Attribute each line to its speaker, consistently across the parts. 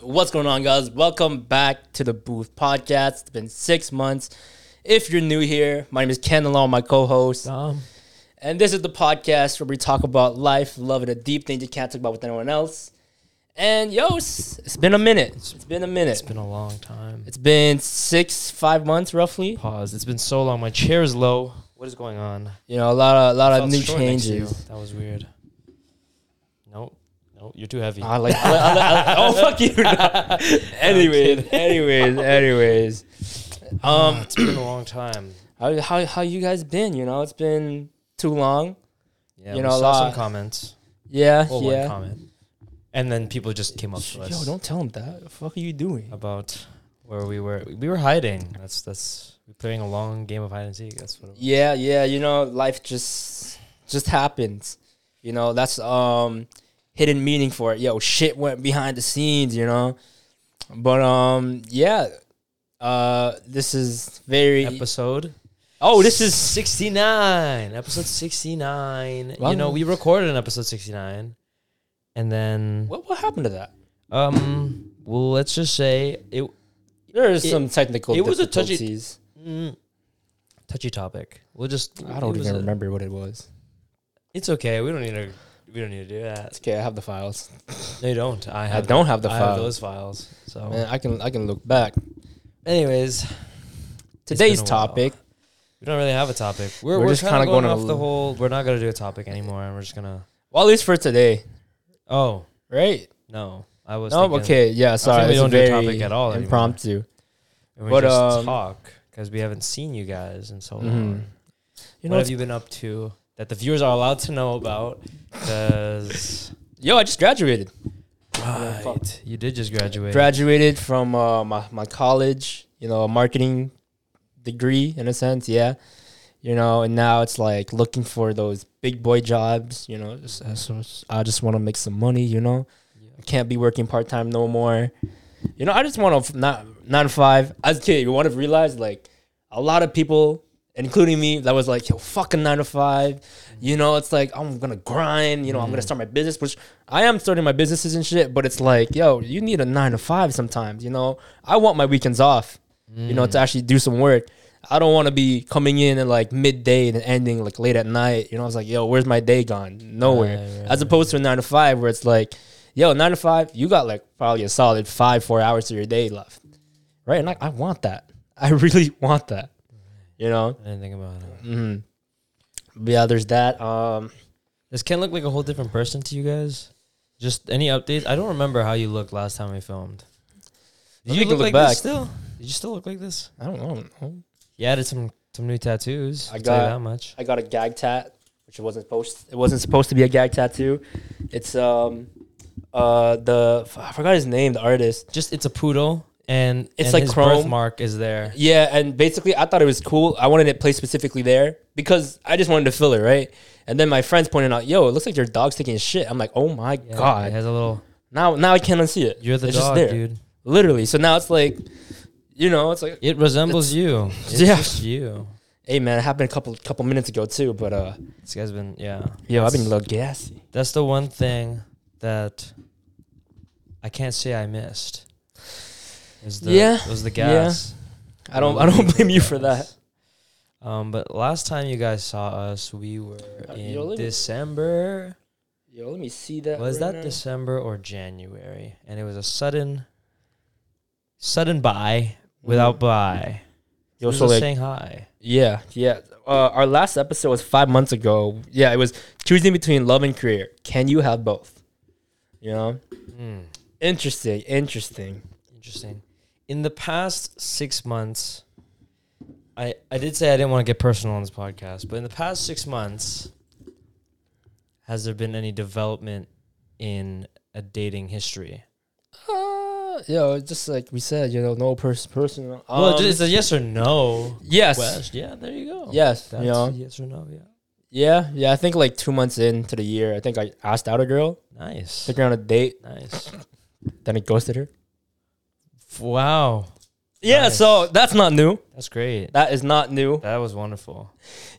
Speaker 1: What's going on, guys? Welcome back to the Booth Podcast. It's been six months. If you're new here, my name is Ken along my co-host,
Speaker 2: Um,
Speaker 1: and this is the podcast where we talk about life, love, and the deep things you can't talk about with anyone else. And yo, it's it's been a minute. It's been a minute.
Speaker 2: it's been a long time.
Speaker 1: It's been six, five months roughly.
Speaker 2: Pause. It's been so long. My chair is low. What is going on?
Speaker 1: You know, a lot of a lot
Speaker 2: Felt
Speaker 1: of new
Speaker 2: short next to you.
Speaker 1: changes.
Speaker 2: That was weird. No, no, you're too heavy.
Speaker 1: I like, I like- I like- I like- oh fuck you. anyways, anyways, anyways. Um,
Speaker 2: it's been a long time.
Speaker 1: how, how how you guys been? You know, it's been too long.
Speaker 2: Yeah,
Speaker 1: You
Speaker 2: we
Speaker 1: know, a
Speaker 2: saw
Speaker 1: lot.
Speaker 2: some comments.
Speaker 1: Yeah,
Speaker 2: Well,
Speaker 1: yeah.
Speaker 2: one comment, and then people just came up to us Uh,
Speaker 1: Yo, don't tell him that. The fuck are you doing?
Speaker 2: about where we were. We were hiding. That's that's we're playing a long game of hide and seek. That's what. It was.
Speaker 1: Yeah, yeah. You know, life just just happens. You know, that's um hidden meaning for it. Yo, shit went behind the scenes. You know, but um, yeah. Uh, this is very.
Speaker 2: Episode.
Speaker 1: oh, this is
Speaker 2: sixty nine. Episode sixty nine.
Speaker 1: Wow.
Speaker 2: You know, we recorded an episode sixty nine, and then
Speaker 1: what? What happened to that?
Speaker 2: um, well, let's just say it
Speaker 1: There is
Speaker 2: It-
Speaker 1: some technical.
Speaker 2: it was a touchy-
Speaker 1: difficulties.
Speaker 2: mm, touchy topic. We'll just.
Speaker 1: I don't
Speaker 2: it was
Speaker 1: even
Speaker 2: a-
Speaker 1: remember what it was.
Speaker 2: It's okay. We don't need to. We don't need to do that.
Speaker 1: It's okay. I have the files.
Speaker 2: No, you don't. I
Speaker 1: I
Speaker 2: have.
Speaker 1: don't have the
Speaker 2: I have
Speaker 1: files.
Speaker 2: those files. So,
Speaker 1: Man, I can I can look back.
Speaker 2: anyways,
Speaker 1: Today's
Speaker 2: been a while.
Speaker 1: topic.
Speaker 2: we don't really have a topic. We're,
Speaker 1: We're
Speaker 2: we're,
Speaker 1: just
Speaker 2: kind of
Speaker 1: kinda
Speaker 2: going,
Speaker 1: going
Speaker 2: off the
Speaker 1: al-
Speaker 2: whole. We're not gonna do a topic anymore, and we're just gonna.
Speaker 1: Well, at least for today,
Speaker 2: Oh
Speaker 1: right?
Speaker 2: no, I was.
Speaker 1: No,
Speaker 2: thinking
Speaker 1: okay, yeah. Sorry,
Speaker 2: we
Speaker 1: it's
Speaker 2: don't do
Speaker 1: very
Speaker 2: topic at all anymore.
Speaker 1: Impromptu.
Speaker 2: and we
Speaker 1: But,
Speaker 2: just
Speaker 1: um,
Speaker 2: talk because we haven't seen you guys in so
Speaker 1: Mhm.
Speaker 2: long.
Speaker 1: You
Speaker 2: what
Speaker 1: know,
Speaker 2: have you been up to that the viewers are allowed to know about? Because
Speaker 1: yo, I just graduated. Yeah, fuck.
Speaker 2: right, you did just graduate.
Speaker 1: Graduated from uh, my my college. You know, a marketing degree in a sense. Yeah. You know, and now it's like looking for those big boy jobs. You know, just, I just- I just want to make some money. You know,
Speaker 2: Yeah.
Speaker 1: I can't be working part time no more. You know, I just want to not nine to five. As a kid, you want to realize like a lot of people, including me, that was like yo fucking nine to five. You know, it's like I'm gonna grind. You know, I'm gonna start my business, which I am starting my businesses and shit. But it's like yo, you need a nine to five sometimes. You know, I want my weekends off. You know,
Speaker 2: Mm.
Speaker 1: to actually do some work. I don't want to be coming in at like midday and ending like late at night. You know, I was like, yo, where's my day gone? Nowhere.
Speaker 2: Right, right,
Speaker 1: As opposed to a nine to five where it's like, yo, nine to five, you got like probably a solid five, four hours of your day left. Right. And I, I want that. I really want that. You know?
Speaker 2: I didn't think about it.
Speaker 1: Mm. But yeah, there's that. Um,
Speaker 2: Does Ken look like a whole different person to you guys? Just any updates? I don't remember how you looked last time we filmed. Did
Speaker 1: Let me
Speaker 2: you
Speaker 1: go
Speaker 2: look,
Speaker 1: look
Speaker 2: like
Speaker 1: back.
Speaker 2: this still? Did you still look like this?
Speaker 1: I don't know.
Speaker 2: You added some some new tattoos.
Speaker 1: I
Speaker 2: I'll tell you
Speaker 1: got-
Speaker 2: that much.
Speaker 1: I got a gag tat, which it wasn't supposed it wasn't supposed to be a gag tattoo. It's um uh the I forgot his name, the artist.
Speaker 2: Just it's a poodle, and
Speaker 1: It's
Speaker 2: and
Speaker 1: like
Speaker 2: his
Speaker 1: chrome.
Speaker 2: birthmark is there.
Speaker 1: Yeah, and basically I thought it was cool. I wanted it placed specifically there because I just wanted to fill it, right? And then my friends pointed out, "Yo, it looks like your dog's taking a shit." I'm like, "Oh my
Speaker 2: Yeah, it
Speaker 1: god!"
Speaker 2: has a little.
Speaker 1: Now, now I can't unsee it.
Speaker 2: You're the
Speaker 1: it's
Speaker 2: dog,
Speaker 1: just there,
Speaker 2: dude.
Speaker 1: literally. So now it's like, you know, it's like,
Speaker 2: It resembles you. It's
Speaker 1: Yeah.
Speaker 2: just you.
Speaker 1: hey man, it happened a couple couple minutes ago too, but uh,
Speaker 2: This guy's been yeah.
Speaker 1: yo, I've
Speaker 2: That's-
Speaker 1: been a little gassy.
Speaker 2: That's the one thing that I can't say I missed. Is the,
Speaker 1: Yeah,
Speaker 2: Was the
Speaker 1: yeah.
Speaker 2: gas.
Speaker 1: I don't I don't blame you for that.
Speaker 2: Um, but last time you guys saw us, we were
Speaker 1: Uh,
Speaker 2: in
Speaker 1: yo, let me-
Speaker 2: December.
Speaker 1: Yo, let me see that.
Speaker 2: Was
Speaker 1: right
Speaker 2: that
Speaker 1: now.
Speaker 2: December or January? And it was a sudden, sudden buy without buy. It
Speaker 1: Mm. Yo,
Speaker 2: was
Speaker 1: so like,
Speaker 2: Shanghai.
Speaker 1: Yeah, yeah. Uh, our last episode was five months ago. Yeah, it was choosing between love and career. Can you have both? You know,
Speaker 2: Mm,
Speaker 1: interesting, interesting.
Speaker 2: interesting. In the past six months, I I did say I didn't want to get personal on this podcast, but in the past six months, has there been any development in a dating history?
Speaker 1: Uh, yo, just like we said, you know, no person, personal. Um,
Speaker 2: well, it's a yes or no.
Speaker 1: yes,
Speaker 2: West. Yeah, there you go.
Speaker 1: yes.
Speaker 2: That's
Speaker 1: you know,
Speaker 2: yes or no. Yeah.
Speaker 1: yeah, yeah. I think like two months into the year, I think I asked out a girl,
Speaker 2: Nice.
Speaker 1: took her on a date,
Speaker 2: Nice.
Speaker 1: then I ghosted her.
Speaker 2: F- Wow.
Speaker 1: Yeah,
Speaker 2: Nice.
Speaker 1: so that's not new.
Speaker 2: That's great.
Speaker 1: That is not new.
Speaker 2: That was wonderful.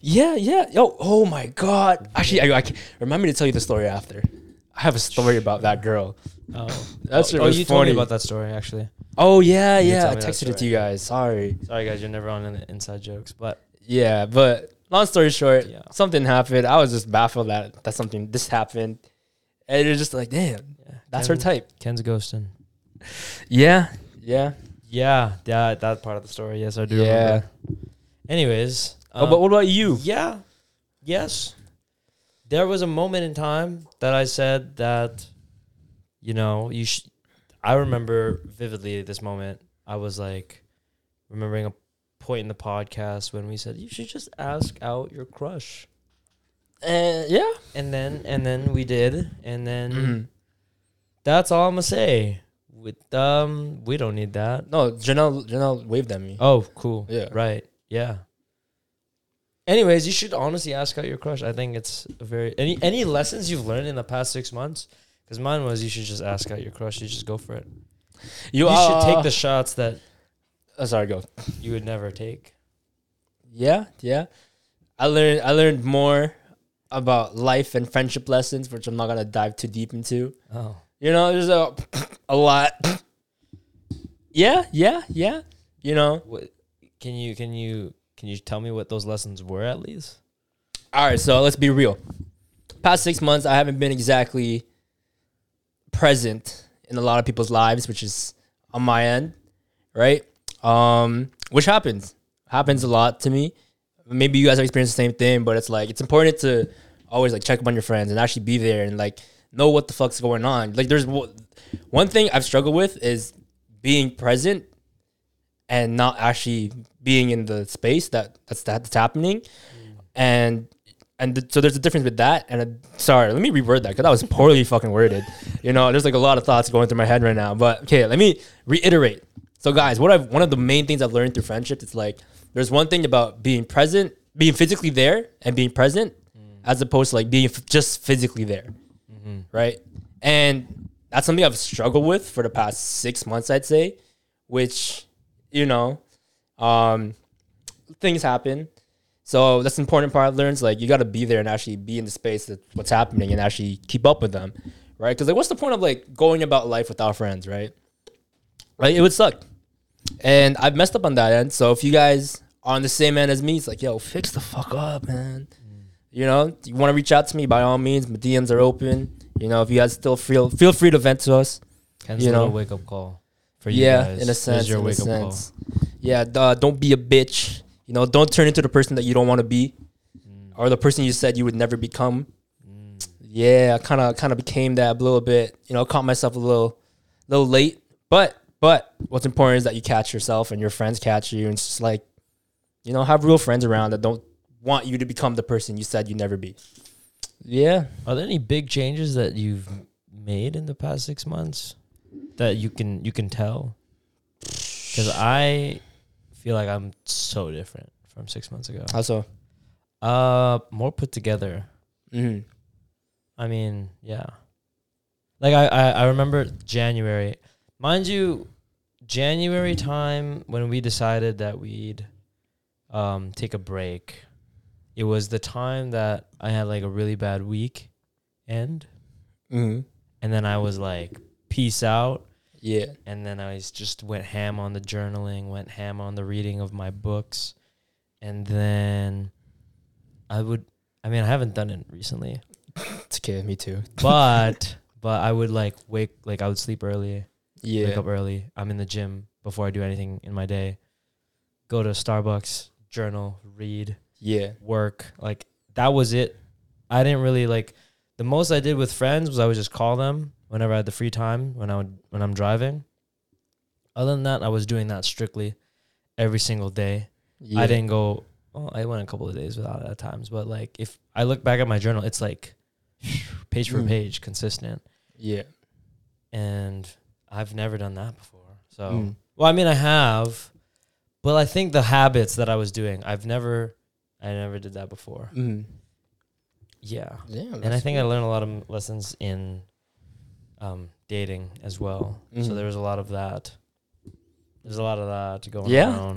Speaker 1: Yeah, yeah. Yo, oh my god. Actually, I, I can, remind me to tell you the story after. I have a story about that girl.
Speaker 2: Oh,
Speaker 1: That shit
Speaker 2: oh,
Speaker 1: was
Speaker 2: you told
Speaker 1: funny.
Speaker 2: me about that story actually.
Speaker 1: Oh yeah,
Speaker 2: You
Speaker 1: yeah.
Speaker 2: tell
Speaker 1: I
Speaker 2: me that
Speaker 1: texted it to
Speaker 2: story.
Speaker 1: you guys. Sorry.
Speaker 2: Sorry guys, you're never on in the inside jokes, but
Speaker 1: Yeah, but long story short,
Speaker 2: Yeah.
Speaker 1: something happened. I was just baffled that that something this happened, and it was just like, damn,
Speaker 2: yeah,
Speaker 1: that's her
Speaker 2: Ken-
Speaker 1: type.
Speaker 2: Ken's ghosting.
Speaker 1: Yeah, yeah.
Speaker 2: Yeah, that that part of the story. Yes, I do.
Speaker 1: Yeah.
Speaker 2: remember. Anyways, um,
Speaker 1: oh, but what about you?
Speaker 2: Yeah. Yes. There was a moment in time that I said that, you know, you. Sh- I remember vividly this moment. I was like, remembering a point in the podcast when we said you should just ask out your crush,
Speaker 1: Uh, yeah.
Speaker 2: and then and then we did, and then
Speaker 1: Mm-hmm.
Speaker 2: that's all I'm gonna say. With um, we don't need that.
Speaker 1: No, Janelle. Janelle waved at me.
Speaker 2: Oh, cool.
Speaker 1: Yeah.
Speaker 2: Right. Yeah. Anyways, you should honestly ask out your crush. I think it's a very any any lessons you've learned in the past six months. Because mine was you should just ask out your crush. You just go for it. You, should
Speaker 1: uh,
Speaker 2: take the shots that
Speaker 1: oh, sorry, go.
Speaker 2: you would never take.
Speaker 1: Yeah, yeah. I learned. I learned more about life and friendship lessons, which I'm not gonna dive too deep into.
Speaker 2: Oh,
Speaker 1: You know, there's a a lot. yeah, yeah, yeah. You know.
Speaker 2: what, can you can you can you tell me what those lessons were at least?
Speaker 1: All right, so let's be real. Past six months, I haven't been exactly present in a lot of people's lives, which is on my end, right? Um, which happens, happens a lot to me. Maybe you guys have experienced the same thing, but it's like it's important to always like check up on your friends and actually be there and like know what the fuck's going on. Like, there's wo- one thing I've struggled with is being present and not actually being in the space that that's that's happening and and th- so there's a difference with that and a, sorry let me reword that because that was poorly fucking worded you know there's like a lot of thoughts going through my head right now but okay let me reiterate so guys what i've one of the main things i've learned through friendship it's like there's one thing about being present being physically there and being present as opposed to like being f- just physically there right and that's something i've struggled with for the past six months i'd say which you know um things happen so that's the important part. Learns like you got to be there and actually be in the space that what's happening and actually keep up with them, right? Because like, what's the point of like going about life without friends, right? Like it would suck, and I've messed up on that end. So if you guys are on the same end as me, it's like, yo, fix the fuck up, man. You know, you want to reach out to me by all means. My DMs are open. You know, if you guys still feel feel free to vent to us.
Speaker 2: Ken's
Speaker 1: You
Speaker 2: little
Speaker 1: know.
Speaker 2: wake up call for you
Speaker 1: Yeah,
Speaker 2: guys.
Speaker 1: in a
Speaker 2: This is
Speaker 1: sense.
Speaker 2: your
Speaker 1: in a
Speaker 2: wake-up call.
Speaker 1: sense. Yeah, duh, don't be a bitch. You know, don't turn into the person that you don't want to be
Speaker 2: Mm,
Speaker 1: or the person you said you would never become.
Speaker 2: mm.
Speaker 1: Yeah, I kind of kind of became that a little bit. You know, caught myself a little, little late. But but what's important is that you catch yourself and your friends catch you, and it's just like, you know, have real friends around that don't want you to become the person you said you never be. Yeah,
Speaker 2: Are there any big changes that you've made in the past six months that you can you can tell? Because I feel like I'm so different from six months ago.
Speaker 1: also,
Speaker 2: Uh, more put together.
Speaker 1: mm,
Speaker 2: I mean, yeah. Like I, I, I remember January, mind you, January time when we decided that we'd um take a break. It was the time that I had like a really bad week end.
Speaker 1: mm,
Speaker 2: And then I was like, peace out.
Speaker 1: yeah,
Speaker 2: And then I was- just went ham on the journaling, went ham on the reading of my books. And then I would, I mean, I haven't done it recently,
Speaker 1: it's okay. Me too.
Speaker 2: but, but I would like wake, like I would sleep early, wake
Speaker 1: Yeah,
Speaker 2: up early. I'm in the gym before I do anything in my day, go to Starbucks, journal, read,
Speaker 1: yeah,
Speaker 2: work. Like that was it. I didn't really like the most I did with friends was I would just call them whenever I had the free time when I would when I'm driving. Other than that, I was doing that strictly every single day.
Speaker 1: yeah.
Speaker 2: I didn't go. Well, I went a couple of days without it at times, but like if I look back at my journal, it's like page for
Speaker 1: Mm.
Speaker 2: page, consistent,
Speaker 1: Yeah,
Speaker 2: and I've never done that before. So.
Speaker 1: mm,
Speaker 2: Well, I mean, I have, but I think the habits that I was doing, I've never, I never did that before.
Speaker 1: mm.
Speaker 2: Yeah,
Speaker 1: Damn,
Speaker 2: and I
Speaker 1: that's
Speaker 2: think I learned a lot of m- lessons in um, dating as well. So
Speaker 1: Mhm.
Speaker 2: there was a lot of that. There's a lot of that going
Speaker 1: Yeah.
Speaker 2: on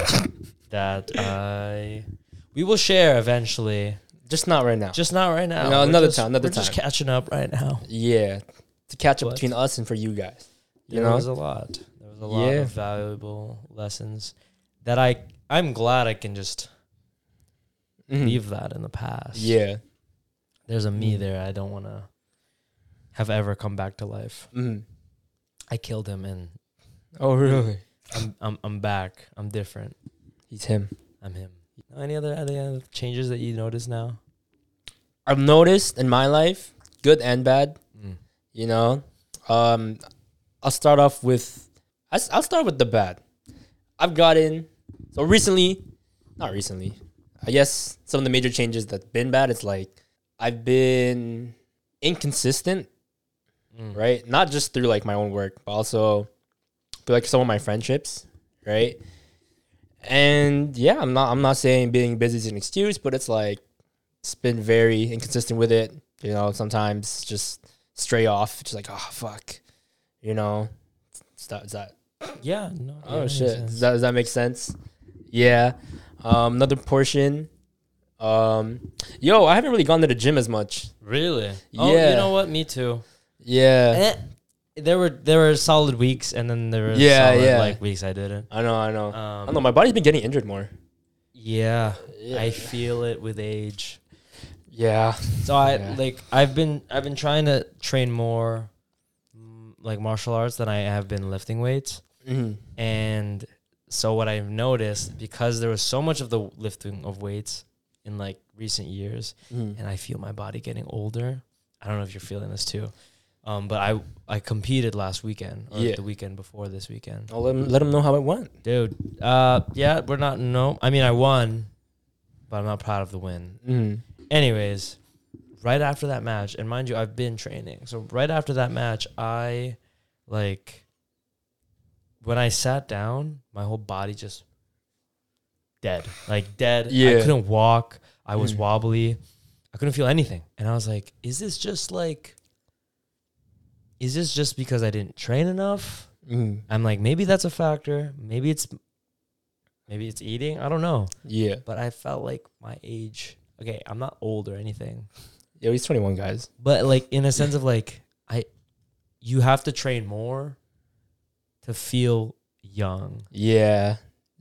Speaker 2: that I we will share eventually.
Speaker 1: just not right now.
Speaker 2: Just not right now.
Speaker 1: No,
Speaker 2: We're
Speaker 1: another
Speaker 2: just-
Speaker 1: time, another
Speaker 2: we're just
Speaker 1: time.
Speaker 2: catching up right now.
Speaker 1: yeah, to catch up
Speaker 2: What?
Speaker 1: between us and for you guys. You
Speaker 2: there
Speaker 1: know?
Speaker 2: was a lot. There was a lot
Speaker 1: Yeah.
Speaker 2: of valuable lessons that I I'm glad I can just
Speaker 1: Mhm.
Speaker 2: leave that in the past.
Speaker 1: Yeah.
Speaker 2: There's a me
Speaker 1: Mm.
Speaker 2: there I don't want to have ever come back to life.
Speaker 1: Mhm.
Speaker 2: I killed him and
Speaker 1: Oh really?
Speaker 2: I'm I'm I'm back. I'm different.
Speaker 1: He's him.
Speaker 2: I'm him. Any other any other changes that you notice now?
Speaker 1: I've noticed in my life, good and bad.
Speaker 2: Mm.
Speaker 1: You know, um, I'll start off with I s- I'll start with the bad. I've gotten so recently, not recently. I guess some of the major changes that's been bad is like I've been inconsistent,
Speaker 2: Mm.
Speaker 1: right? Not just through like my own work, but also through like some of my friendships, right? And yeah, I'm not I'm not saying being busy is an excuse, but it's like it's been very inconsistent with it. You know, sometimes just stray off, just like oh fuck, you know. Is that, is that
Speaker 2: Yeah. No. yeah,
Speaker 1: oh
Speaker 2: that makes
Speaker 1: shit?
Speaker 2: sense.
Speaker 1: Does that, does that make sense? Yeah. Um, another portion. Um, yo, I haven't really gone to the gym as much.
Speaker 2: Really? Oh,
Speaker 1: Yeah.
Speaker 2: you know what? Me too.
Speaker 1: Yeah,
Speaker 2: Eh, there were there were solid weeks, and then there were
Speaker 1: Yeah,
Speaker 2: solid
Speaker 1: yeah.
Speaker 2: like weeks I didn't.
Speaker 1: I know, I know.
Speaker 2: Um,
Speaker 1: I don't know. My body's been getting injured more.
Speaker 2: yeah, I
Speaker 1: Yeah.
Speaker 2: feel it with age.
Speaker 1: Yeah.
Speaker 2: So I
Speaker 1: Yeah.
Speaker 2: like I've been I've been trying to train more mm, like martial arts than I have been lifting weights.
Speaker 1: Mhm.
Speaker 2: And so what I've noticed because there was so much of the lifting of weights in like recent years,
Speaker 1: Mhm.
Speaker 2: and I feel my body getting older. I don't know if you're feeling this too, um, but I I competed last weekend or
Speaker 1: Yeah.
Speaker 2: the weekend before this weekend,
Speaker 1: I'll let him, let him know how it went.
Speaker 2: dude. Uh, yeah, we're not no. I mean, I won, but I'm not proud of the win.
Speaker 1: Mm.
Speaker 2: Anyways, right after that match, and mind you, I've been training. So right after that match, I like when I sat down, my whole body just dead. Like dead. I
Speaker 1: Yeah.
Speaker 2: couldn't walk. I was
Speaker 1: Mm.
Speaker 2: wobbly. I couldn't feel anything. And I was like, is this just like is this just because I didn't train enough?
Speaker 1: Mm.
Speaker 2: I'm like, maybe that's a factor. Maybe it's maybe it's eating. I don't know.
Speaker 1: Yeah.
Speaker 2: But I felt like my age. Okay, I'm not old or anything
Speaker 1: Yeah, he's 21, guys.
Speaker 2: but like in a sense of like i you have to train more to feel young
Speaker 1: Yeah.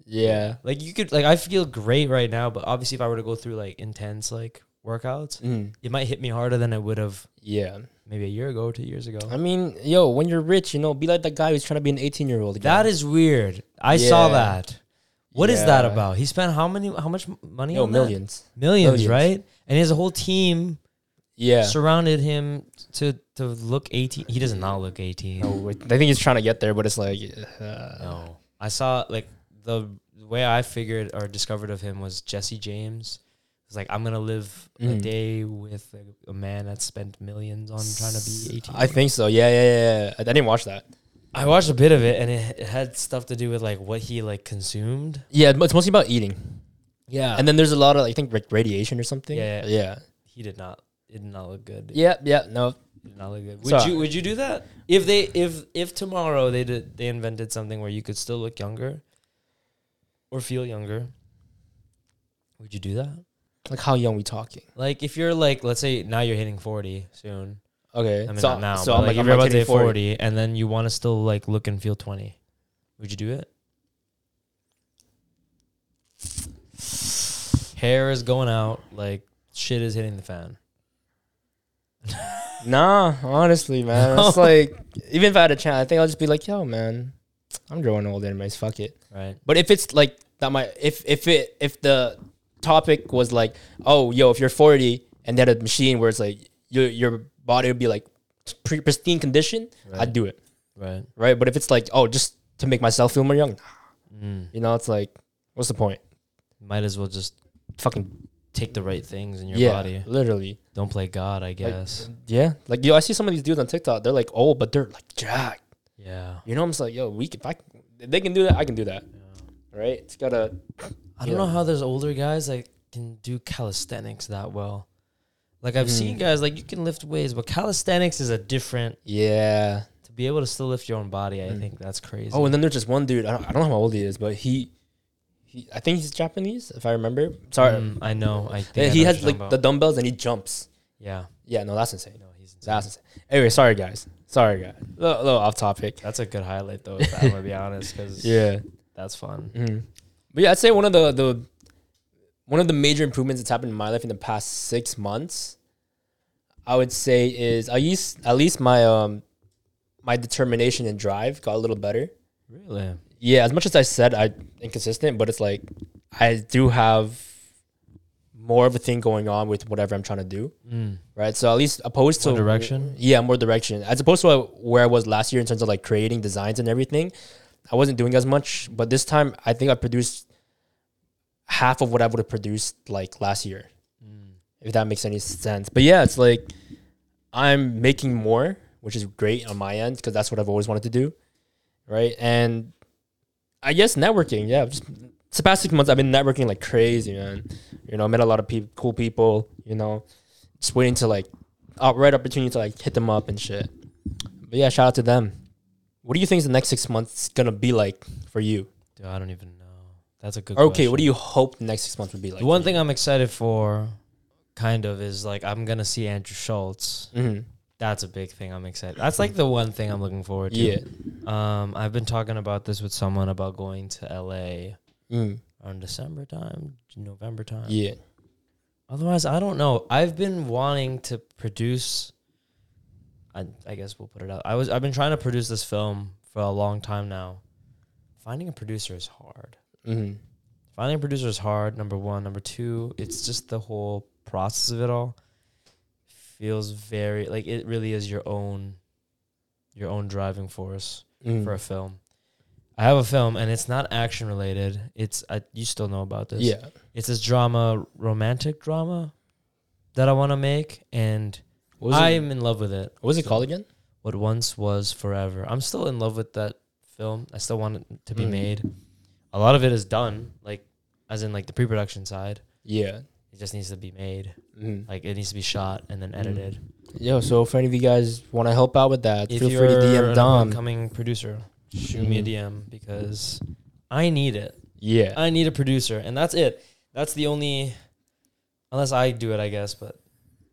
Speaker 1: Yeah.
Speaker 2: like you could like i feel great right now but obviously if i were to go through like intense like workouts
Speaker 1: Mm.
Speaker 2: it might hit me harder than it would have
Speaker 1: Yeah.
Speaker 2: maybe a year ago two years ago
Speaker 1: I mean, yo, when you're rich, you know, be like that guy who's trying to be an 18 year old.
Speaker 2: that is weird i saw
Speaker 1: Yeah.
Speaker 2: that What is that
Speaker 1: Yeah.
Speaker 2: about he spent how many how much money
Speaker 1: Yo,
Speaker 2: on
Speaker 1: millions.
Speaker 2: that? millions
Speaker 1: Millions.
Speaker 2: right and he has a whole team
Speaker 1: Yeah.
Speaker 2: surrounded him to to look 18 he does not look 18
Speaker 1: No, wait, I think he's trying to get there, but it's like, uh,
Speaker 2: No, I saw like the way I figured or discovered of him was Jesse James. It's like I'm gonna live
Speaker 1: Mm.
Speaker 2: a day with a, a man that spent millions on trying to be 18.
Speaker 1: I think so. Yeah, yeah, yeah, yeah. I, I didn't watch that.
Speaker 2: I watched a bit of it, and it, it had stuff to do with like what he like consumed.
Speaker 1: Yeah, but it's mostly about eating.
Speaker 2: Yeah,
Speaker 1: And then there's a lot of, I think, like radiation or something.
Speaker 2: Yeah.
Speaker 1: Yeah.
Speaker 2: he did not. It did not look good.
Speaker 1: Yeah. Yeah. No.
Speaker 2: It did not look good. Would
Speaker 1: Sorry.
Speaker 2: you Would you do that if they if if tomorrow they did they invented something where you could still look younger or feel younger? Would you do that?
Speaker 1: Like, how young we talking?
Speaker 2: Like if you're like, let's say now you're hitting forty soon.
Speaker 1: Okay.
Speaker 2: I mean
Speaker 1: so,
Speaker 2: not now,
Speaker 1: so I'm
Speaker 2: but like,
Speaker 1: like,
Speaker 2: if
Speaker 1: I'm
Speaker 2: you're
Speaker 1: like
Speaker 2: about to
Speaker 1: hitting
Speaker 2: hit
Speaker 1: 40.
Speaker 2: 40, and then you want to still like look and feel twenty, would you do it? Hair is going out, like shit is hitting the fan.
Speaker 1: Nah, honestly, man. It's like even if I had a chance, I think I'll just be like, yo, man, I'm growing old anyways, fuck it.
Speaker 2: Right.
Speaker 1: But if it's like that my if if it if the topic was like, oh yo, if you're forty and they had a machine where it's like your your body would be like pre- pristine condition, I'd do it.
Speaker 2: Right.
Speaker 1: Right? But if it's like, oh, just to make myself feel more young,
Speaker 2: Mm.
Speaker 1: you know, it's like, what's the point?
Speaker 2: Might as well just
Speaker 1: Fucking
Speaker 2: take the right things in your
Speaker 1: yeah,
Speaker 2: body.
Speaker 1: literally.
Speaker 2: Don't play God, I
Speaker 1: Like,
Speaker 2: guess.
Speaker 1: yeah. Like yo, I see some of these dudes on TikTok, they're like old, but they're like jacked.
Speaker 2: yeah.
Speaker 1: You know, I'm just like, yo, we can, if I, if they can do that, I can do that. Right? It's gotta.
Speaker 2: I don't
Speaker 1: Yeah.
Speaker 2: know how there's older guys that can do calisthenics that well. Like I've seen
Speaker 1: Mm.
Speaker 2: guys like you can lift weights, but calisthenics is a different
Speaker 1: Yeah.
Speaker 2: to be able to still lift your own body. I
Speaker 1: Mm.
Speaker 2: think that's crazy.
Speaker 1: Oh, and then there's just one dude. I don't, I don't know how old he is, but he, he, I think he's Japanese, if I remember. Sorry.
Speaker 2: Mm, I know. I think
Speaker 1: Yeah,
Speaker 2: I
Speaker 1: he
Speaker 2: know what
Speaker 1: has
Speaker 2: you're
Speaker 1: like
Speaker 2: talking
Speaker 1: the
Speaker 2: about.
Speaker 1: dumbbells and he jumps.
Speaker 2: yeah.
Speaker 1: Yeah, no, that's insane.
Speaker 2: No, he's That's insane.
Speaker 1: That's anyway. Sorry guys. Sorry guys. A little, little off topic.
Speaker 2: That's a good highlight though. If I'm gonna be honest, because
Speaker 1: Yeah.
Speaker 2: that's fun.
Speaker 1: Mhm. But yeah, I'd say one of the the one of the major improvements that's happened in my life in the past six months, I would say is I used at least my um my determination and drive got a little better.
Speaker 2: Really?
Speaker 1: Yeah, as much as I said I inconsistent, but it's like I do have more of a thing going on with whatever I'm trying to do,
Speaker 2: Mm.
Speaker 1: right? So at least opposed
Speaker 2: More
Speaker 1: to
Speaker 2: direction?
Speaker 1: yeah, more direction as opposed to where I was last year in terms of like creating designs and everything. I wasn't doing as much, but this time I think I produced half of what I would have produced like last year,
Speaker 2: Mm.
Speaker 1: if that makes any sense. But yeah, it's like I'm making more, which is great on my end because that's what I've always wanted to do, right? And I guess networking, yeah. Just the past six months, I've been networking like crazy, man. You know, I met a lot of peop cool people. You know, just waiting to like uh, right opportunity to like hit them up and shit. But yeah, shout out to them. What do you think is the next six months gonna be like for you?
Speaker 2: Dude, I don't even know. That's a good.
Speaker 1: Or okay,
Speaker 2: question.
Speaker 1: what do you hope the next six months would be like?
Speaker 2: The one thing I'm excited for, kind of, is like I'm gonna see Andrew Schultz.
Speaker 1: hmm
Speaker 2: That's a big thing I'm excited. That's like the one thing I'm looking forward to.
Speaker 1: Yeah.
Speaker 2: Um, I've been talking about this with someone about going to LA
Speaker 1: Mm.
Speaker 2: on December time, November time.
Speaker 1: Yeah.
Speaker 2: Otherwise, I don't know. I've been wanting to produce. I, I guess we'll put it out. I was I've been trying to produce this film for a long time now. Finding a producer is hard.
Speaker 1: hmm
Speaker 2: Finding a producer is hard. Number one. Number two. It's just the whole process of it all. Feels very like it really is your own, your own driving force
Speaker 1: Mm.
Speaker 2: for a film. I have a film and it's not action related. It's I, you still know about this
Speaker 1: Yeah.
Speaker 2: it's this drama, romantic drama that I want to make, and
Speaker 1: What was, it,
Speaker 2: I'm in love with it.
Speaker 1: what was it called again?
Speaker 2: What once was forever. I'm still in love with that film. I still want it to be
Speaker 1: Mm.
Speaker 2: made. A lot of it is done, like as in like the pre-production side.
Speaker 1: Yeah.
Speaker 2: It just needs to be made.
Speaker 1: Mm.
Speaker 2: Like it needs to be shot and then
Speaker 1: Mm.
Speaker 2: edited.
Speaker 1: Yo, so if any of you guys want to help out with that, feel free to DM
Speaker 2: an
Speaker 1: Dom.
Speaker 2: upcoming producer, shoot me a
Speaker 1: Mhm.
Speaker 2: DM because I need it.
Speaker 1: Yeah.
Speaker 2: I need a producer, and that's it. That's the only, unless I do it, I guess. But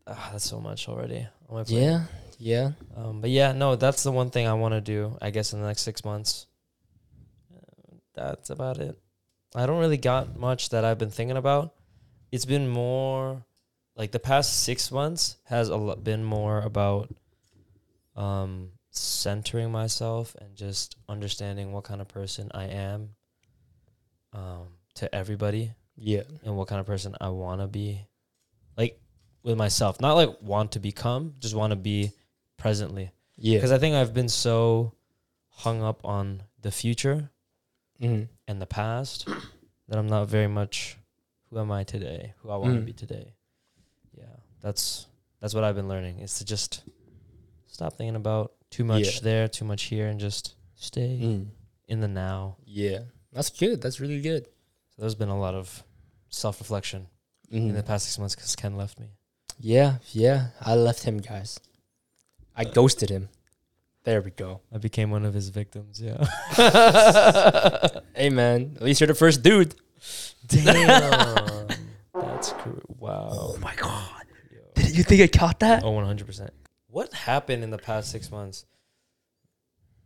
Speaker 2: ah, that's so much already. On my plate.
Speaker 1: yeah. Yeah.
Speaker 2: Um, but yeah, no, that's the one thing I want to do. I guess in the next six months. Uh, That's about it. I don't really got much that I've been thinking about. It's been more, like the past six months has a lot been more about, um, centering myself and just understanding what kind of person I am. Um, to everybody
Speaker 1: Yeah.
Speaker 2: and what kind of person I want to be, like with myself, not like want to become, just want to be presently.
Speaker 1: Yeah.
Speaker 2: Because I think I've been so hung up on the future
Speaker 1: Mhm.
Speaker 2: and the past that I'm not very much who am I today, who I want to
Speaker 1: Mm.
Speaker 2: be today. Yeah, that's that's what I've been learning is to just stop thinking about too much
Speaker 1: Yeah.
Speaker 2: there, too much here, and just stay
Speaker 1: Mm.
Speaker 2: in the now.
Speaker 1: Yeah. That's good. That's really good.
Speaker 2: So there's been a lot of self reflection in
Speaker 1: Mhm.
Speaker 2: the past six months because Ken left me.
Speaker 1: Yeah, yeah. I left him, guys. I
Speaker 2: Uh,
Speaker 1: ghosted him. There we go.
Speaker 2: I became one of his victims. Yeah.
Speaker 1: Hey, man. At least you're the first dude.
Speaker 2: Damn. That's cool. Wow.
Speaker 1: Oh my god.
Speaker 2: Yo.
Speaker 1: Did you think I caught that?
Speaker 2: Oh, 100%. What happened in the past 6 months?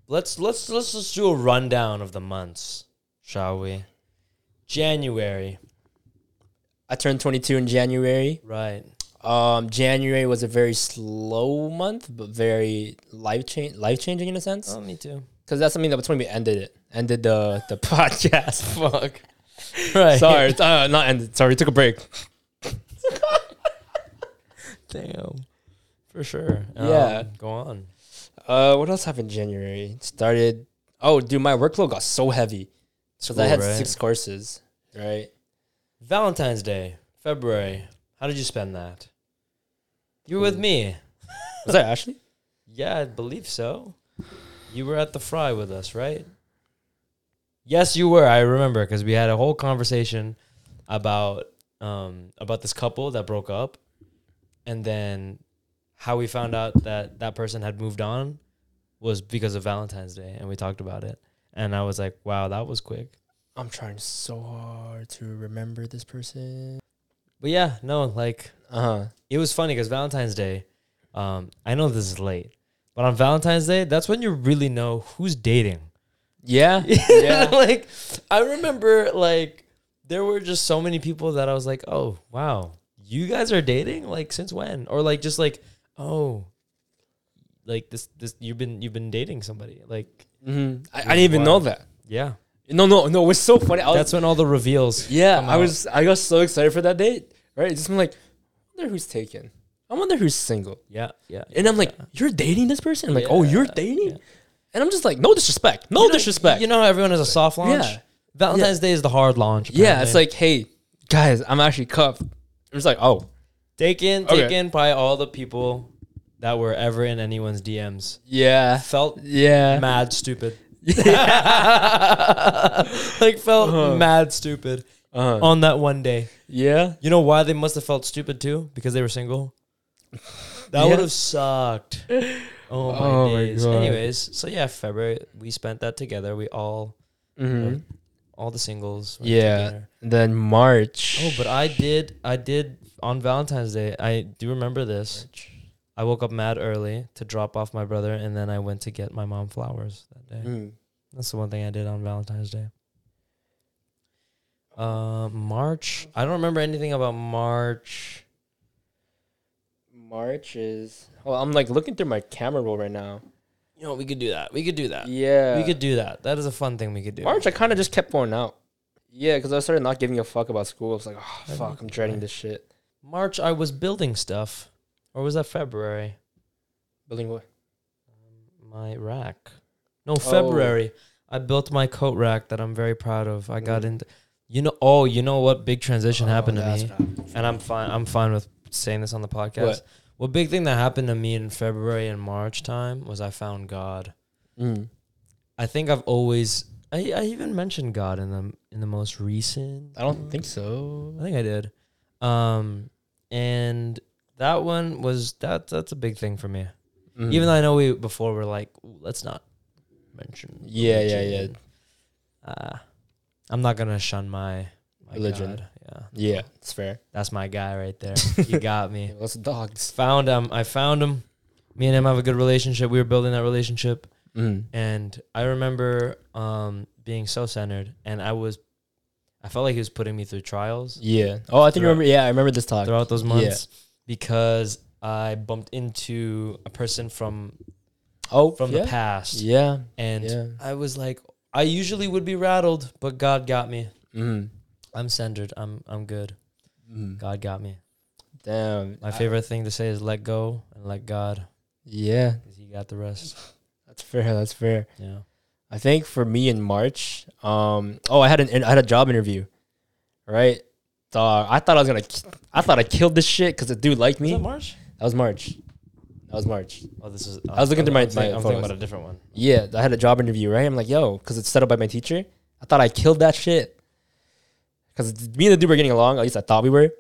Speaker 2: Let's let's let's just do a rundown of the months, shall we? January.
Speaker 1: I turned 22 in January.
Speaker 2: Right.
Speaker 1: Um, January was a very slow month, but very life change, life changing in a sense,
Speaker 2: Oh, me too.
Speaker 1: because that's something that was when we ended it, ended the the podcast.
Speaker 2: Fuck. Right.
Speaker 1: sorry, uh, not ended. Sorry, took a break.
Speaker 2: Damn. For sure. Um,
Speaker 1: Yeah.
Speaker 2: Go on.
Speaker 1: Uh, what else happened in January? Started. Oh, dude, my workload got so heavy because I
Speaker 2: School,
Speaker 1: had
Speaker 2: right?
Speaker 1: six courses. Right.
Speaker 2: Valentine's Day, February. How did you spend that? You were with
Speaker 1: Hmm.
Speaker 2: me.
Speaker 1: Was that Ashley?
Speaker 2: Yeah, I believe so. You were at the fry with us, right? Yes, you were. I remember because we had a whole conversation about um, about this couple that broke up, and then how we found out that that person had moved on was because of Valentine's Day, and we talked about it. And I was like, "Wow, that was quick."
Speaker 1: I'm trying so hard to remember this person.
Speaker 2: But yeah, no, like
Speaker 1: Uh huh.
Speaker 2: it was funny because Valentine's Day, Um, I know this is late, but on Valentine's Day, that's when you really know who's dating.
Speaker 1: Yeah. Yeah.
Speaker 2: like I remember like there were just so many people that I was like, "Oh, wow. You guys are dating? Like since when?" Or like just like, "Oh, like this this you've been you've been dating somebody." Like,
Speaker 1: hmm I, I didn't even know
Speaker 2: Wow.
Speaker 1: that.
Speaker 2: yeah.
Speaker 1: No, no, no. It was so funny. I was,
Speaker 2: That's when all the reveals.
Speaker 1: yeah.
Speaker 2: come
Speaker 1: I
Speaker 2: out.
Speaker 1: was. I got so excited for that date. Right. Just I'm like, I wonder who's taken. I wonder who's single.
Speaker 2: Yeah, yeah.
Speaker 1: And I'm like, you're dating this person? I'm like, oh, you're
Speaker 2: Yeah,
Speaker 1: dating?
Speaker 2: yeah.
Speaker 1: And I'm just like, no disrespect. No
Speaker 2: You know-
Speaker 1: disrespect.
Speaker 2: You know how everyone has a soft launch?
Speaker 1: Yeah.
Speaker 2: Valentine's Day is the hard launch.
Speaker 1: yeah, it's
Speaker 2: apparently.
Speaker 1: like, hey, guys, I'm actually cuffed. It's like, oh,
Speaker 2: taken
Speaker 1: Okay.
Speaker 2: taken by all the people that were ever in anyone's DMs.
Speaker 1: yeah,
Speaker 2: Felt
Speaker 1: yeah.
Speaker 2: mad stupid. like felt
Speaker 1: Uh-huh.
Speaker 2: mad stupid
Speaker 1: Uh,
Speaker 2: on that one day.
Speaker 1: yeah.
Speaker 2: You know why they must have felt stupid too? Because they were single. That
Speaker 1: Yeah.
Speaker 2: would have sucked. Oh my
Speaker 1: Oh my
Speaker 2: days.
Speaker 1: God.
Speaker 2: Anyways, so yeah, February we spent that together. We all uh,
Speaker 1: hmm
Speaker 2: Mm-hmm. all the singles. went
Speaker 1: Yeah.
Speaker 2: together.
Speaker 1: Then March.
Speaker 2: Oh, but I did. I did on Valentine's Day. I do remember this. I woke up mad early to drop off my brother, and then I went to get my mom flowers that day.
Speaker 1: Mm.
Speaker 2: That's the one thing I did on Valentine's Day. Uh, March. I don't remember anything about March.
Speaker 1: March is. Oh, I'm like looking through my camera roll right now.
Speaker 2: You know, we could do that. We could do that.
Speaker 1: Yeah.
Speaker 2: Uh, We could do that. That is a fun thing we could do.
Speaker 1: March, I kind of just kept going out. Yeah, because I started not giving a fuck about school. I was like, oh,
Speaker 2: That'd
Speaker 1: fuck,
Speaker 2: be
Speaker 1: I'm dreading
Speaker 2: fine.
Speaker 1: this shit.
Speaker 2: March. I was building stuff, or was that February?
Speaker 1: Building what?
Speaker 2: My rack. No, February. I built my coat rack that I'm very proud of. I got
Speaker 1: Mm.
Speaker 2: into. You know. Oh, you know what big transition happened to
Speaker 1: Oh, that's
Speaker 2: me.
Speaker 1: what happened.
Speaker 2: and I'm fine. I'm fine with saying this on the podcast.
Speaker 1: What?
Speaker 2: Well, big thing that happened to me in February and March time was I found God.
Speaker 1: Mm.
Speaker 2: I think I've always. I, I even mentioned God in the in the most recent.
Speaker 1: I don't think so.
Speaker 2: I think I did. Um, and that one was that. That's a big thing for me.
Speaker 1: Mm.
Speaker 2: Even though I know we before were like, "Ooh, let's not mention.
Speaker 1: Yeah, yeah,
Speaker 2: religion." Uh, I'm not gonna shun my, my
Speaker 1: Religion.
Speaker 2: God. Yeah,
Speaker 1: yeah, it's fair.
Speaker 2: that's my guy right there. he got me.
Speaker 1: Yeah, those dogs.
Speaker 2: found him. I found him. Me and him have a good relationship. We were building that relationship,
Speaker 1: Mm.
Speaker 2: and I remember um, being so centered, and I was, I felt like he was putting me through trials
Speaker 1: Yeah. Oh, I think you
Speaker 2: Throughout-
Speaker 1: remember. Yeah, I remember this talk.
Speaker 2: throughout those
Speaker 1: Yeah.
Speaker 2: months because I bumped into a person from
Speaker 1: Oh,
Speaker 2: from
Speaker 1: yeah.
Speaker 2: the past,
Speaker 1: Yeah.
Speaker 2: and
Speaker 1: Yeah.
Speaker 2: I was like, I usually would be rattled, but God got me.
Speaker 1: Mm.
Speaker 2: I'm centered. I'm I'm good.
Speaker 1: Mm.
Speaker 2: God got me.
Speaker 1: Damn.
Speaker 2: Mm-hmm. My
Speaker 1: I-
Speaker 2: favorite thing to say is let go and let God,
Speaker 1: yeah,
Speaker 2: because He got the rest.
Speaker 1: that's fair. That's fair.
Speaker 2: Yeah.
Speaker 1: I think for me in March, um, oh, I had an I had a job interview, right? Dog, I thought I was gonna, ki- I thought I killed this shit because the dude liked me.
Speaker 2: Was that
Speaker 1: That,
Speaker 2: March?
Speaker 1: was March. That was March.
Speaker 2: Oh, this is.
Speaker 1: I was looking through my-
Speaker 2: I'm thinking-
Speaker 1: my
Speaker 2: I'm thinking
Speaker 1: photos.
Speaker 2: about a different one.
Speaker 1: Yeah, I had a job interview, right? I'm like, yo, because it's set up by my teacher. I thought I killed that shit. Because me and the dude were getting along, at least I thought we were.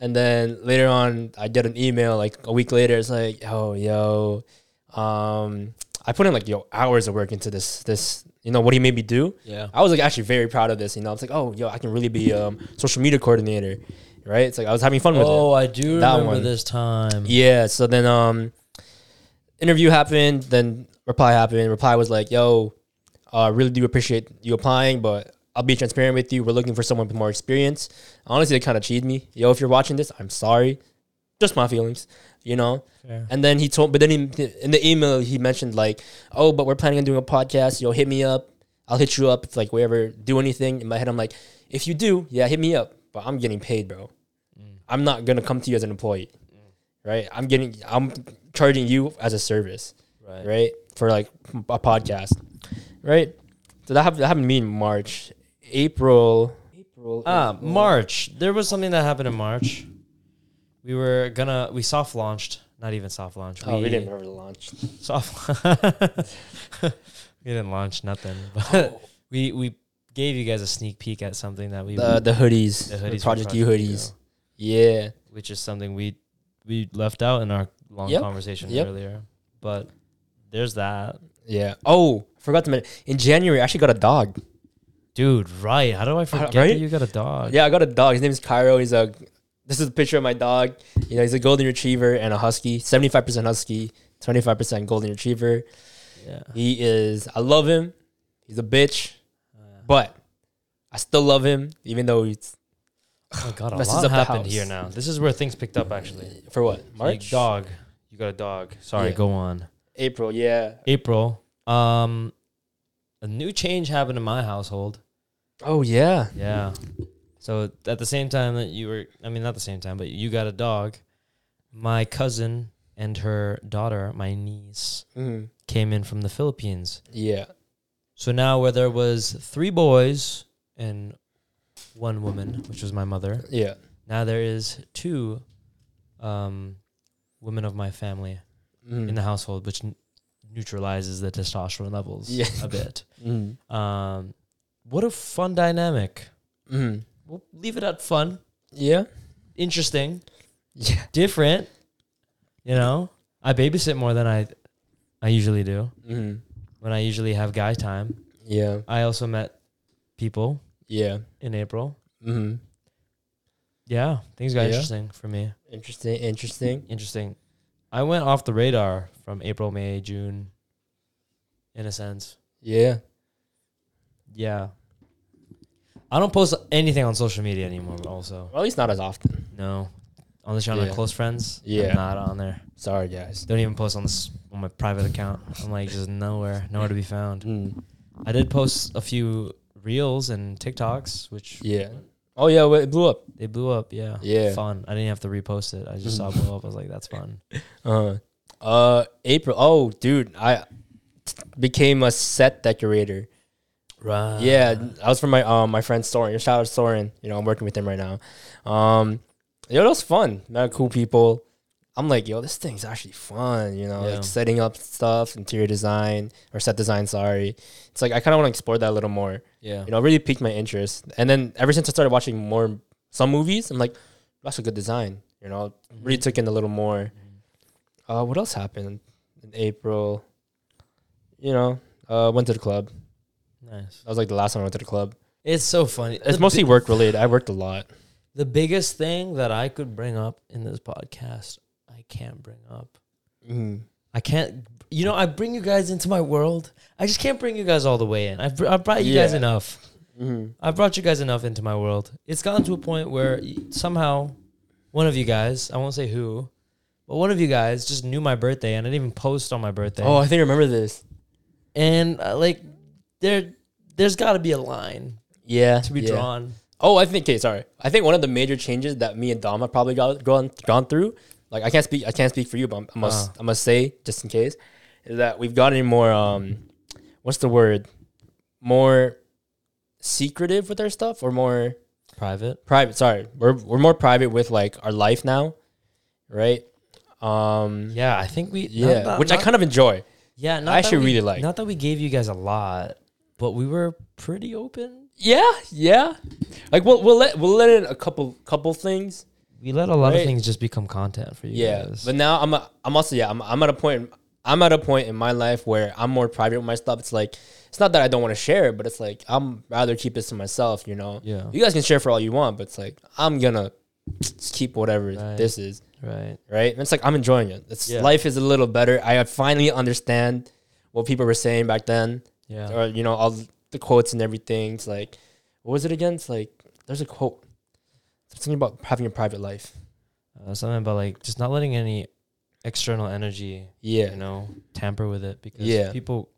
Speaker 1: And then later on, I get an email like a week later. It's like, oh, yo, um, I put in like yo hours of work into this this. You know what he made me do?
Speaker 2: Yeah.
Speaker 1: I was like actually very proud of this. You know, I was like, oh, yo, I can really be um social media coordinator, right? It's like I was having fun with it.
Speaker 2: Oh, I do
Speaker 1: That
Speaker 2: remember
Speaker 1: one.
Speaker 2: this time.
Speaker 1: Yeah. So then, um, interview happened. Then reply happened. Reply was like, "Yo, I uh, really do appreciate you applying, but I'll be transparent with you. We're looking for someone with more experience. Honestly, they kind of cheated me. Yo, if you're watching this, I'm sorry. Just my feelings, you know." And then he told, but then he, in the email he mentioned like, "Oh, but we're planning on doing a podcast. Yo, hit me up. I'll hit you up if like we ever do anything." In my head, I'm like, "If you do, yeah, hit me up, but I'm getting paid, bro.
Speaker 2: Mm.
Speaker 1: I'm not gonna come to you as an employee, right? I'm getting, I'm charging you as a service,
Speaker 2: Right.
Speaker 1: right, for like a podcast, right? So that happened, that happened to me in March, April, April.
Speaker 2: Ah,
Speaker 1: April.
Speaker 2: March. There was something that happened in March. We were gonna we soft launched. Not even soft launch.
Speaker 1: Oh, we didn't remember the launch.
Speaker 2: soft. we didn't launch nothing, but we we gave you guys a sneak peek at something that we
Speaker 1: The the hoodies,
Speaker 2: The
Speaker 1: the
Speaker 2: hoodies from
Speaker 1: Project U
Speaker 2: Project U.
Speaker 1: hoodies, yeah.
Speaker 2: which is something we we left out in our long
Speaker 1: Yep.
Speaker 2: conversation
Speaker 1: Yep.
Speaker 2: earlier. But there's that.
Speaker 1: Yeah. Oh, forgot to mention. In January, I actually got a dog.
Speaker 2: Dude, right. How do I forget
Speaker 1: right?
Speaker 2: that you got a dog?
Speaker 1: Yeah, I got a dog. His name is Cairo. He's a This is a picture of my dog. You know, he's a golden retriever and a husky. Seventy five percent husky, twenty five percent golden retriever.
Speaker 2: Yeah.
Speaker 1: He is. I love him. He's a bitch,
Speaker 2: Uh,
Speaker 1: but I still love him, even though he's
Speaker 2: oh God, a
Speaker 1: messes
Speaker 2: lot
Speaker 1: up the
Speaker 2: happened
Speaker 1: house.
Speaker 2: here now. This is where things picked up actually.
Speaker 1: for what
Speaker 2: Like
Speaker 1: March,
Speaker 2: dog. You got a dog. Sorry,
Speaker 1: Yeah.
Speaker 2: go on.
Speaker 1: April. Yeah.
Speaker 2: April. Um, a new change happened in my household.
Speaker 1: Oh yeah.
Speaker 2: Yeah. So at the same time that you were, I mean, not the same time, but you got a dog. My cousin and her daughter, my niece,
Speaker 1: Mm,
Speaker 2: came in from the Philippines.
Speaker 1: yeah.
Speaker 2: So now, where there was three boys and one woman, which was my mother,
Speaker 1: Yeah.
Speaker 2: now there is two um, women of my family
Speaker 1: Mm.
Speaker 2: in the household, which n- neutralizes the testosterone levels
Speaker 1: Yeah.
Speaker 2: a bit.
Speaker 1: Mm.
Speaker 2: Um, what a fun dynamic.
Speaker 1: Mm.
Speaker 2: We'll leave it at fun,
Speaker 1: Yeah.
Speaker 2: interesting,
Speaker 1: Yeah.
Speaker 2: different. You know, I babysit more than I, I usually do.
Speaker 1: Mm.
Speaker 2: When I usually have guy time,
Speaker 1: Yeah.
Speaker 2: I also met people
Speaker 1: Yeah.
Speaker 2: in April.
Speaker 1: Mm.
Speaker 2: Yeah, things got
Speaker 1: Yeah.
Speaker 2: interesting for me.
Speaker 1: Interesting. Interesting.
Speaker 2: Interesting. I went off the radar from April, May, June. In a sense,
Speaker 1: Yeah.
Speaker 2: yeah. I don't post anything on social media anymore. Also,
Speaker 1: Well, at least not as often.
Speaker 2: No. Unless you're on my
Speaker 1: Yeah.
Speaker 2: close friends,
Speaker 1: Yeah.
Speaker 2: I'm not on there.
Speaker 1: Sorry, guys.
Speaker 2: Don't even post on this on my private account. I'm like just nowhere, nowhere to be found.
Speaker 1: Mm.
Speaker 2: I did post a few reels and TikToks, which
Speaker 1: Yeah. Oh yeah, well, it blew up.
Speaker 2: they blew up. Yeah,
Speaker 1: Yeah.
Speaker 2: fun. I didn't have to repost it. I just saw it blow up. I was like, that's fun.
Speaker 1: Uh, uh, April. Oh, dude, I t- became a set decorator.
Speaker 2: Right.
Speaker 1: yeah, I was from my um my friend Soren. Shout out to Soren. You know, I'm working with him right now. Um, yo, that was fun. Met cool people. I'm like, yo, this thing's actually fun. You know,
Speaker 2: Yeah.
Speaker 1: like setting up stuff, interior design or set design. Sorry, it's like I kind of want to explore that a little more.
Speaker 2: Yeah.
Speaker 1: you know, it really piqued my interest. And then ever since I started watching more some movies, I'm like, that's a good design. You know,
Speaker 2: Mm-hmm.
Speaker 1: really took in a little more. Uh, what else happened in April? You know, uh, went to the club.
Speaker 2: Nice.
Speaker 1: That was like the last time I went to the club.
Speaker 2: It's so funny.
Speaker 1: It's
Speaker 2: The
Speaker 1: mostly
Speaker 2: bi-
Speaker 1: work related. I worked a lot.
Speaker 2: the biggest thing that I could bring up in this podcast. I can't bring up.
Speaker 1: Mm.
Speaker 2: I can't. You know, I bring you guys into my world. I just can't bring you guys all the way in. I've, br- I've brought you guys
Speaker 1: Yeah.
Speaker 2: enough.
Speaker 1: Mm.
Speaker 2: I've brought you guys enough into my world. It's gotten to a point where y- somehow one of you guys, I won't say who, but one of you guys just knew my birthday and I didn't even post on my birthday.
Speaker 1: Oh, I think I remember this.
Speaker 2: And uh, like there there's got to be a line
Speaker 1: Yeah,
Speaker 2: to be
Speaker 1: yeah.
Speaker 2: drawn.
Speaker 1: Oh, I think. Okay, sorry. I think one of the major changes that me and Dom have probably got gone gone through. Like I can't speak. I can't speak for you, but I must. I must say, just in case, is that we've gotten more. Um, what's the word? More secretive with our stuff, or more
Speaker 2: Private.
Speaker 1: private. Sorry, we're we're more private with like our life now, right? Um,
Speaker 2: Yeah, I think we
Speaker 1: yeah, which I kind of enjoy.
Speaker 2: Yeah, not
Speaker 1: I actually
Speaker 2: that we-
Speaker 1: really like.
Speaker 2: Not that we gave you guys a lot, but we were pretty open.
Speaker 1: Yeah, yeah. Like we'll we'll let we'll let in a couple couple things,
Speaker 2: We let a lot of
Speaker 1: Right.
Speaker 2: things just become content for you
Speaker 1: Yeah,
Speaker 2: guys.
Speaker 1: but now I'm a, I'm also yeah I'm, I'm at a point I'm at a point in my life where I'm more private with my stuff. It's like it's not that I don't want to share it, but it's like I'm rather keep this to myself. You know,
Speaker 2: yeah.
Speaker 1: you guys can share for all you want, but it's like I'm gonna just keep whatever
Speaker 2: Right.
Speaker 1: this is,
Speaker 2: Right.
Speaker 1: right? And it's like I'm enjoying it. It's
Speaker 2: Yeah.
Speaker 1: life is a little better. I finally understand what people were saying back then,
Speaker 2: Yeah.
Speaker 1: or you know all the quotes and everything. It's like what was it again? It's like there's a quote. Something about having a private life.
Speaker 2: uh, something about like just not letting any external energy
Speaker 1: Yeah.
Speaker 2: you know tamper with it because
Speaker 1: Yeah.
Speaker 2: people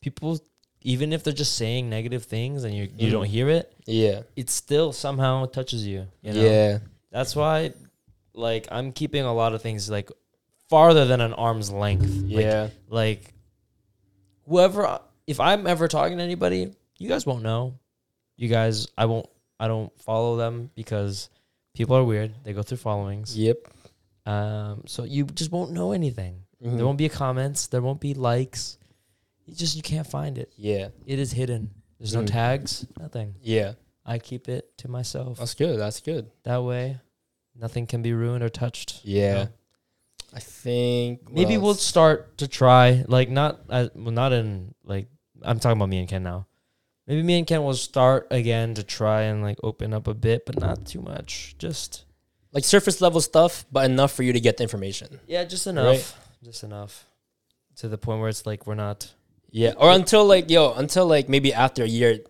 Speaker 2: people even if they're just saying negative things and you you
Speaker 1: Mhm.
Speaker 2: don't hear it
Speaker 1: Yeah.
Speaker 2: it still somehow touches you you know
Speaker 1: Yeah.
Speaker 2: that's why like i'm keeping a lot of things like farther than an arm's length Like-
Speaker 1: Yeah.
Speaker 2: like, whoever if i'm ever talking to anybody you guys won't know you guys i won't i don't follow them because people are weird they go through followings
Speaker 1: Yep.
Speaker 2: Um, so you just won't know anything.
Speaker 1: Mhm.
Speaker 2: There won't be comments. There won't be likes. You just you can't find it.
Speaker 1: Yeah.
Speaker 2: It is hidden. There's no
Speaker 1: Mm.
Speaker 2: tags. Nothing.
Speaker 1: Yeah.
Speaker 2: I keep it to myself.
Speaker 1: That's good. That's good.
Speaker 2: That way, nothing can be ruined or touched. you
Speaker 1: Yeah.
Speaker 2: know?
Speaker 1: I think what
Speaker 2: Maybe we'll
Speaker 1: else?
Speaker 2: start to try. Like not. Uh, well, not in like. I'm talking about me and Ken now. Maybe me and Ken will start again to try and like open up a bit, but not too much. Just
Speaker 1: like surface level stuff, but enough for you to get the information.
Speaker 2: Yeah, just enough. Just enough. To the point where it's like we're not
Speaker 1: Yeah, or until like yo, until like maybe after a year,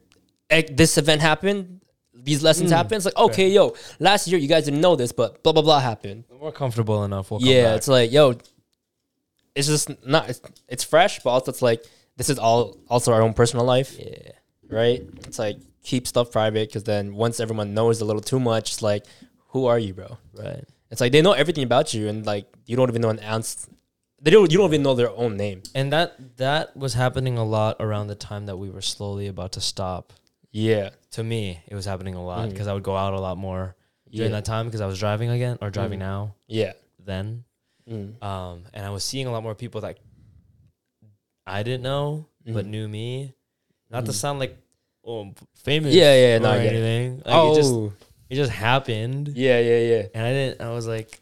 Speaker 1: ec- this event happened, these lessons happened. It's like okay, yo, last year you guys didn't know this, but blah blah blah happened.
Speaker 2: we're comfortable enough. We'll
Speaker 1: yeah,
Speaker 2: come back.
Speaker 1: it's like yo, it's just not. It's, it's fresh, but also it's like this is all also our own personal life.
Speaker 2: yeah.
Speaker 1: right? It's like keep stuff private because then once everyone knows a little too much, it's like, who are you, bro?
Speaker 2: Right.
Speaker 1: It's like they know everything about you, and like you don't even know an ounce. They don't. You don't even know their own name.
Speaker 2: And that that was happening a lot around the time that we were slowly about to stop.
Speaker 1: Yeah,
Speaker 2: To me, it was happening a lot
Speaker 1: Mhm.
Speaker 2: because I would go out a lot more
Speaker 1: Yeah. Mm.
Speaker 2: during that time because I was driving again or driving now
Speaker 1: yeah,
Speaker 2: then.
Speaker 1: mm.
Speaker 2: Um, and I was seeing a lot more people that I didn't know but
Speaker 1: Mhm.
Speaker 2: knew me. Not to sound like oh famous
Speaker 1: Mm-hmm. Yeah, yeah,
Speaker 2: or
Speaker 1: no, I get it.
Speaker 2: anything. Like,
Speaker 1: oh,
Speaker 2: it just it just happened.
Speaker 1: yeah, yeah, yeah,
Speaker 2: And I didn't. I was like,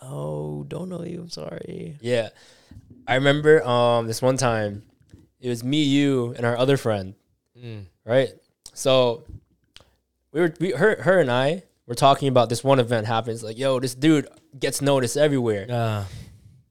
Speaker 2: oh, don't know you. I'm sorry.
Speaker 1: yeah. I remember um this one time, it was me, you, and our other friend, Mm. right? So we were we, her her and I were talking about this one event happens. Like, yo, this dude gets noticed everywhere,
Speaker 2: Uh,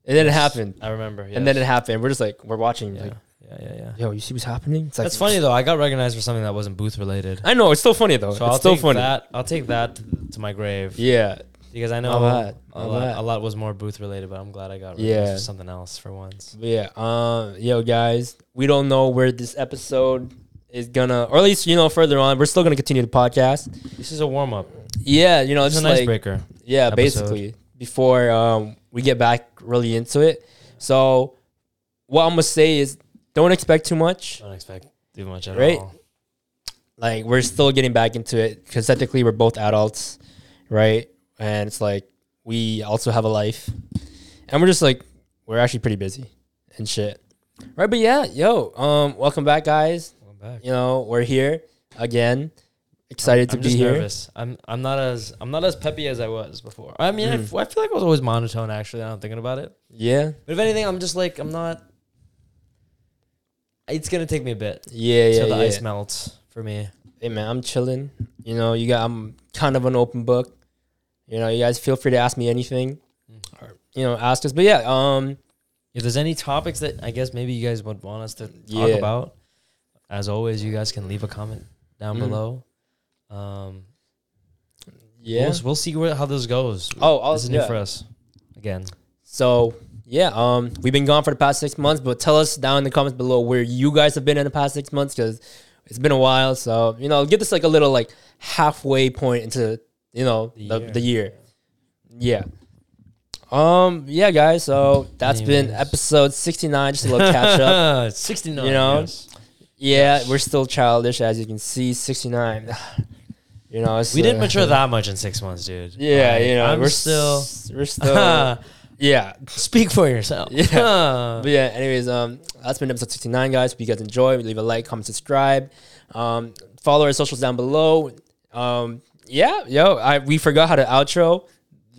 Speaker 1: and then it happened.
Speaker 2: I remember.
Speaker 1: And then it happened. We're just like, we're watching.
Speaker 2: yeah,
Speaker 1: Like,
Speaker 2: yeah, yeah, yeah.
Speaker 1: yo, you see what's happening? It's like,
Speaker 2: That's funny though. I got recognized for something that wasn't booth related.
Speaker 1: I know. It's still funny though.
Speaker 2: So
Speaker 1: it's
Speaker 2: I'll
Speaker 1: still
Speaker 2: take
Speaker 1: funny.
Speaker 2: that. I'll take that to my grave
Speaker 1: Yeah.
Speaker 2: because I know
Speaker 1: Not bad,
Speaker 2: a
Speaker 1: not
Speaker 2: lot.
Speaker 1: bad.
Speaker 2: A lot was more booth related, but I'm glad I got recognized
Speaker 1: Yeah.
Speaker 2: for something else for once.
Speaker 1: But yeah. Um. Yo, guys, we don't know where this episode is gonna, or at least you know further on. We're still gonna continue the podcast.
Speaker 2: This is a warm up.
Speaker 1: Yeah. You know,
Speaker 2: It's
Speaker 1: it's
Speaker 2: an
Speaker 1: like
Speaker 2: icebreaker.
Speaker 1: yeah,
Speaker 2: episode.
Speaker 1: basically before um we get back really into it. So what I'm gonna say is, don't expect too much.
Speaker 2: Don't expect too much at
Speaker 1: Right?
Speaker 2: all.
Speaker 1: like we're still getting back into it because technically we're both adults, right? And it's like we also have a life, and we're just like we're actually pretty busy and shit, right? But yeah, yo, um, welcome back, guys.
Speaker 2: I'm back.
Speaker 1: You know we're here again, excited to
Speaker 2: I'm
Speaker 1: be
Speaker 2: just
Speaker 1: here.
Speaker 2: nervous. I'm I'm not as I'm not as peppy as I was before. I mean, I
Speaker 1: Hmm.
Speaker 2: f- I feel like I was always monotone. Actually, now I'm thinking about it.
Speaker 1: Yeah,
Speaker 2: But if anything, I'm just like I'm not. It's gonna take me a bit
Speaker 1: yeah,
Speaker 2: till
Speaker 1: yeah,
Speaker 2: the
Speaker 1: yeah.
Speaker 2: ice melts for me.
Speaker 1: hey man, I'm chilling. You know, you got I'm kind of an open book. You know, you guys feel free to ask me anything,
Speaker 2: Mm.
Speaker 1: or you know, ask us. But yeah, um,
Speaker 2: If there's any topics that I guess maybe you guys would want us to talk
Speaker 1: Yeah.
Speaker 2: about, as always, you guys can leave a comment down
Speaker 1: Mhm.
Speaker 2: below. Um,
Speaker 1: yeah.
Speaker 2: we'll, we'll see where, how this goes.
Speaker 1: Oh, I'll,
Speaker 2: this is new
Speaker 1: yeah.
Speaker 2: for us. Again,
Speaker 1: So yeah, um, we've been gone for the past six months, but tell us down in the comments below where you guys have been in the past six months because it's been a while. So you know, give us like a little like halfway point into you know the
Speaker 2: The year.
Speaker 1: the year. Yeah. Um. Yeah, guys. So that's been
Speaker 2: Anyways.
Speaker 1: episode sixty nine. Just a little catch up.
Speaker 2: Sixty nine.
Speaker 1: You know?
Speaker 2: yes.
Speaker 1: Yeah, we're still childish, as you can see. Sixty nine. you know, it's,
Speaker 2: we didn't
Speaker 1: uh,
Speaker 2: mature that much in six months, dude.
Speaker 1: Yeah,
Speaker 2: Like,
Speaker 1: you know,
Speaker 2: I'm
Speaker 1: we're
Speaker 2: still.
Speaker 1: s- we're still. yeah,
Speaker 2: Speak for yourself.
Speaker 1: Yeah. But yeah, anyways, um, that's been episode 69, guys. If you guys enjoy, leave a like, comment, subscribe. Um, follow our socials down below. Um, yeah, yo, I we forgot how to outro.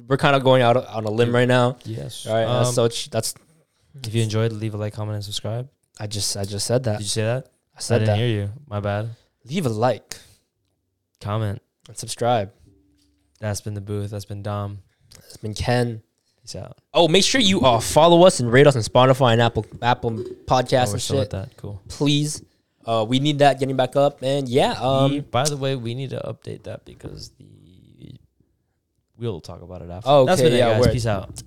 Speaker 1: We're kind of going out on a limb right now.
Speaker 2: yes.
Speaker 1: All right,
Speaker 2: Um,
Speaker 1: that's so ch- that's
Speaker 2: if you enjoyed, leave a like, comment, and subscribe.
Speaker 1: I just I just said
Speaker 2: Did
Speaker 1: that.
Speaker 2: you say that?
Speaker 1: I said
Speaker 2: I
Speaker 1: that.
Speaker 2: didn't hear you. My bad.
Speaker 1: Leave a like
Speaker 2: Comment.
Speaker 1: and subscribe.
Speaker 2: That's been the booth. That's been Dom.
Speaker 1: It's been Ken.
Speaker 2: Peace out.
Speaker 1: Oh, make sure you uh, follow us and rate us on Spotify and Apple Apple Podcasts
Speaker 2: Oh, we're
Speaker 1: and
Speaker 2: still at
Speaker 1: shit,
Speaker 2: that. Cool.
Speaker 1: please. Uh, we need that getting back up, and yeah, um,
Speaker 2: Um, by the way, we need to update that because the we'll talk about it after.
Speaker 1: Oh,
Speaker 2: That's
Speaker 1: okay,
Speaker 2: been it,
Speaker 1: yeah,
Speaker 2: guys.
Speaker 1: word.
Speaker 2: Peace out.